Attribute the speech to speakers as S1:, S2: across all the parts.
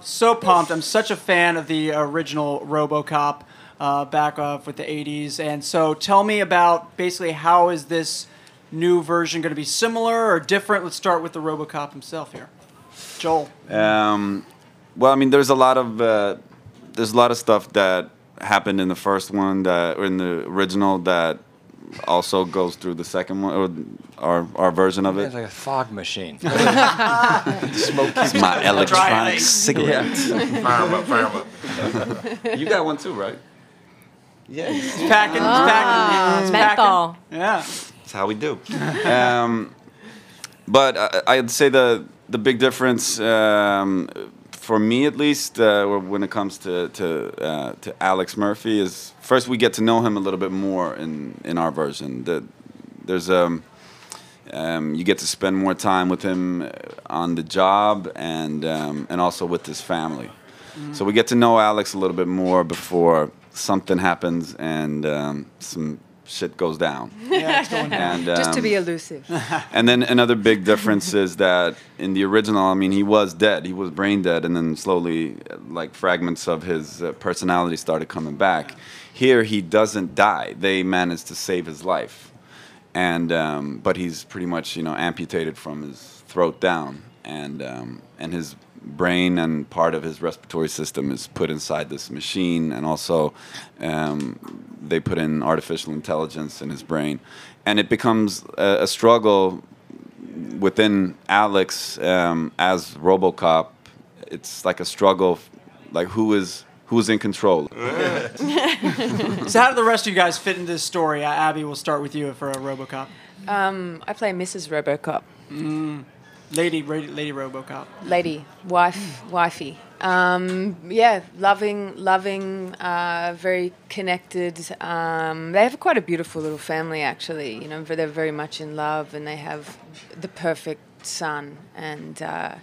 S1: So pumped! I'm such a fan of the original RoboCop, uh, back off with the '80s. And so, tell me about basically how is this new version going to be similar or different? Let's start with the RoboCop himself here, Joel.
S2: Um, well, I mean, there's a lot of uh, there's a lot of stuff that happened in the first one that or in the original that also goes through the second one or our our version of
S3: It's
S2: it.
S3: like a fog machine.
S2: It's my electronic
S1: Driving.
S2: cigarette.
S4: Fireman, fireman.
S2: you got one too, right?
S1: It's packing, it's
S5: Ah.
S1: packing,
S6: Mm.
S1: it's packing.
S5: Menthol.
S1: Yeah,
S2: That's how we do. um, but I, I'd say the the big difference um, for me, at least, uh, when it comes to to uh, to Alex Murphy, is first we get to know him a little bit more in in our version. The, there's um, um, you get to spend more time with him uh, on the job and um, and also with his family. So we get to know Alex a little bit more before something happens and um, some shit goes down.
S1: yeah, it's going down.
S2: And,
S6: Just to
S2: um,
S6: be elusive.
S2: and then another big difference is that in the original, I mean, he was dead. He was brain dead, and then slowly, uh, like fragments of his uh, personality started coming back. Here, he doesn't die. They managed to save his life, and um, but he's pretty much you know amputated from his throat down, and um, and his brain and part of his respiratory system is put inside this machine, and also um, they put in artificial intelligence in his brain, and it becomes a, a struggle within Alex um, as RoboCop. It's like a struggle, like who is who's in control.
S1: So, how do the rest of you guys fit into this story? Uh, Abby, we'll start with you for a RoboCop,
S6: I play Mrs. RoboCop,
S1: lady, ra- lady RoboCop.
S6: lady, wife, wifey. Um, yeah, loving, loving, uh, very connected. Um, they have quite a beautiful little family, actually. You know, they're very much in love, and they have the perfect son. And uh,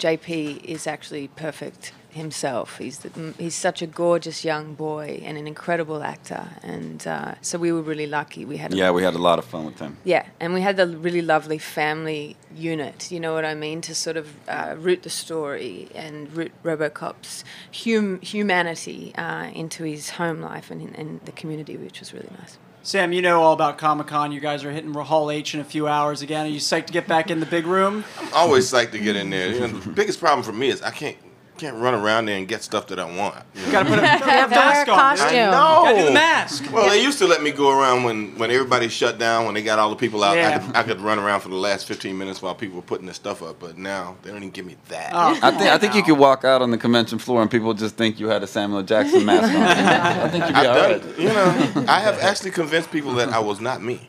S6: JP is actually perfect himself. He's the, mm, he's such a gorgeous young boy and an incredible actor. And uh, so we were really lucky. We had a
S2: Yeah, we had a lot of fun with him.
S6: Yeah, and we had a really lovely family unit, you know what I mean, to sort of uh, root the story and root Robocop's hum- humanity uh, into his home life and, and the community, which was really nice.
S1: Sam, you know all about Comic Con. You guys are hitting Hall H in a few hours again. Are you psyched to get back in the big room?
S4: I'm always psyched to get in there. You know, the biggest problem for me is I can't can't run around there and get stuff that I want.
S1: You gotta put a, gotta put a mask
S5: Wear a
S1: on. dude.
S5: costume.
S1: Gotta do the mask.
S4: Well, they used to let me go around when, when everybody shut down, when they got all the people out.
S1: Yeah.
S4: I, could, I could run around for the last 15 minutes while people were putting their stuff up, but now they don't even give me that.
S1: Oh. Ah. Uh,
S2: I think I think you could walk out on the convention floor and people would just think you had a Samuel L. Jackson mask on. I think you'd be
S4: I've
S2: all
S4: done,
S2: right.
S4: you know, I have actually convinced people that I was not me.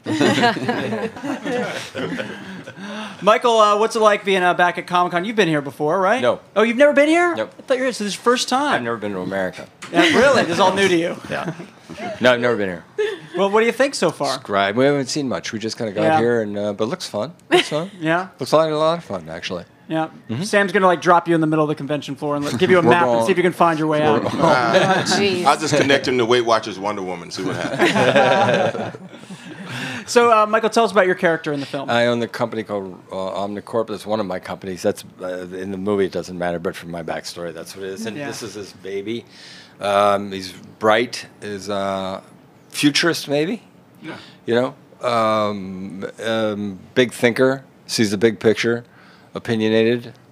S1: Michael, uh, what's it like being uh, back at Comic Con? You've been here before, right?
S3: No.
S1: Oh, you've never been here?
S3: Nope.
S1: I thought you were. So this is your first
S3: I've
S1: time.
S3: never been to America.
S1: Yeah, really, this is all new to you.
S3: Yeah. No, I've never been here.
S1: Well, what do you think so far?
S3: Right. We haven't seen much. We just kind of got
S1: Yeah.
S3: here, and uh, but looks fun. Looks fun.
S1: Yeah,
S3: Looks like a lot of fun, actually.
S1: yeah. Sam's gonna like drop you in the middle of the convention floor and like, give you a
S3: Mm-hmm. We're
S1: map and
S3: going-
S1: see if you can find your way out.
S6: Jeez.
S4: I'll just connect him to Weight Watchers Wonder Woman, see what happens.
S1: So, uh, Michael, tell us about your character in the film.
S3: I own the company called uh, Omnicorp. That's one of my companies. That's uh, in the movie. It doesn't matter, but from my backstory, that's what it is. And
S1: Yeah.
S3: this is his baby. Um, he's bright. Is uh, futurist maybe? Yeah. You know, um, um, big thinker. Sees the big picture. Opinionated.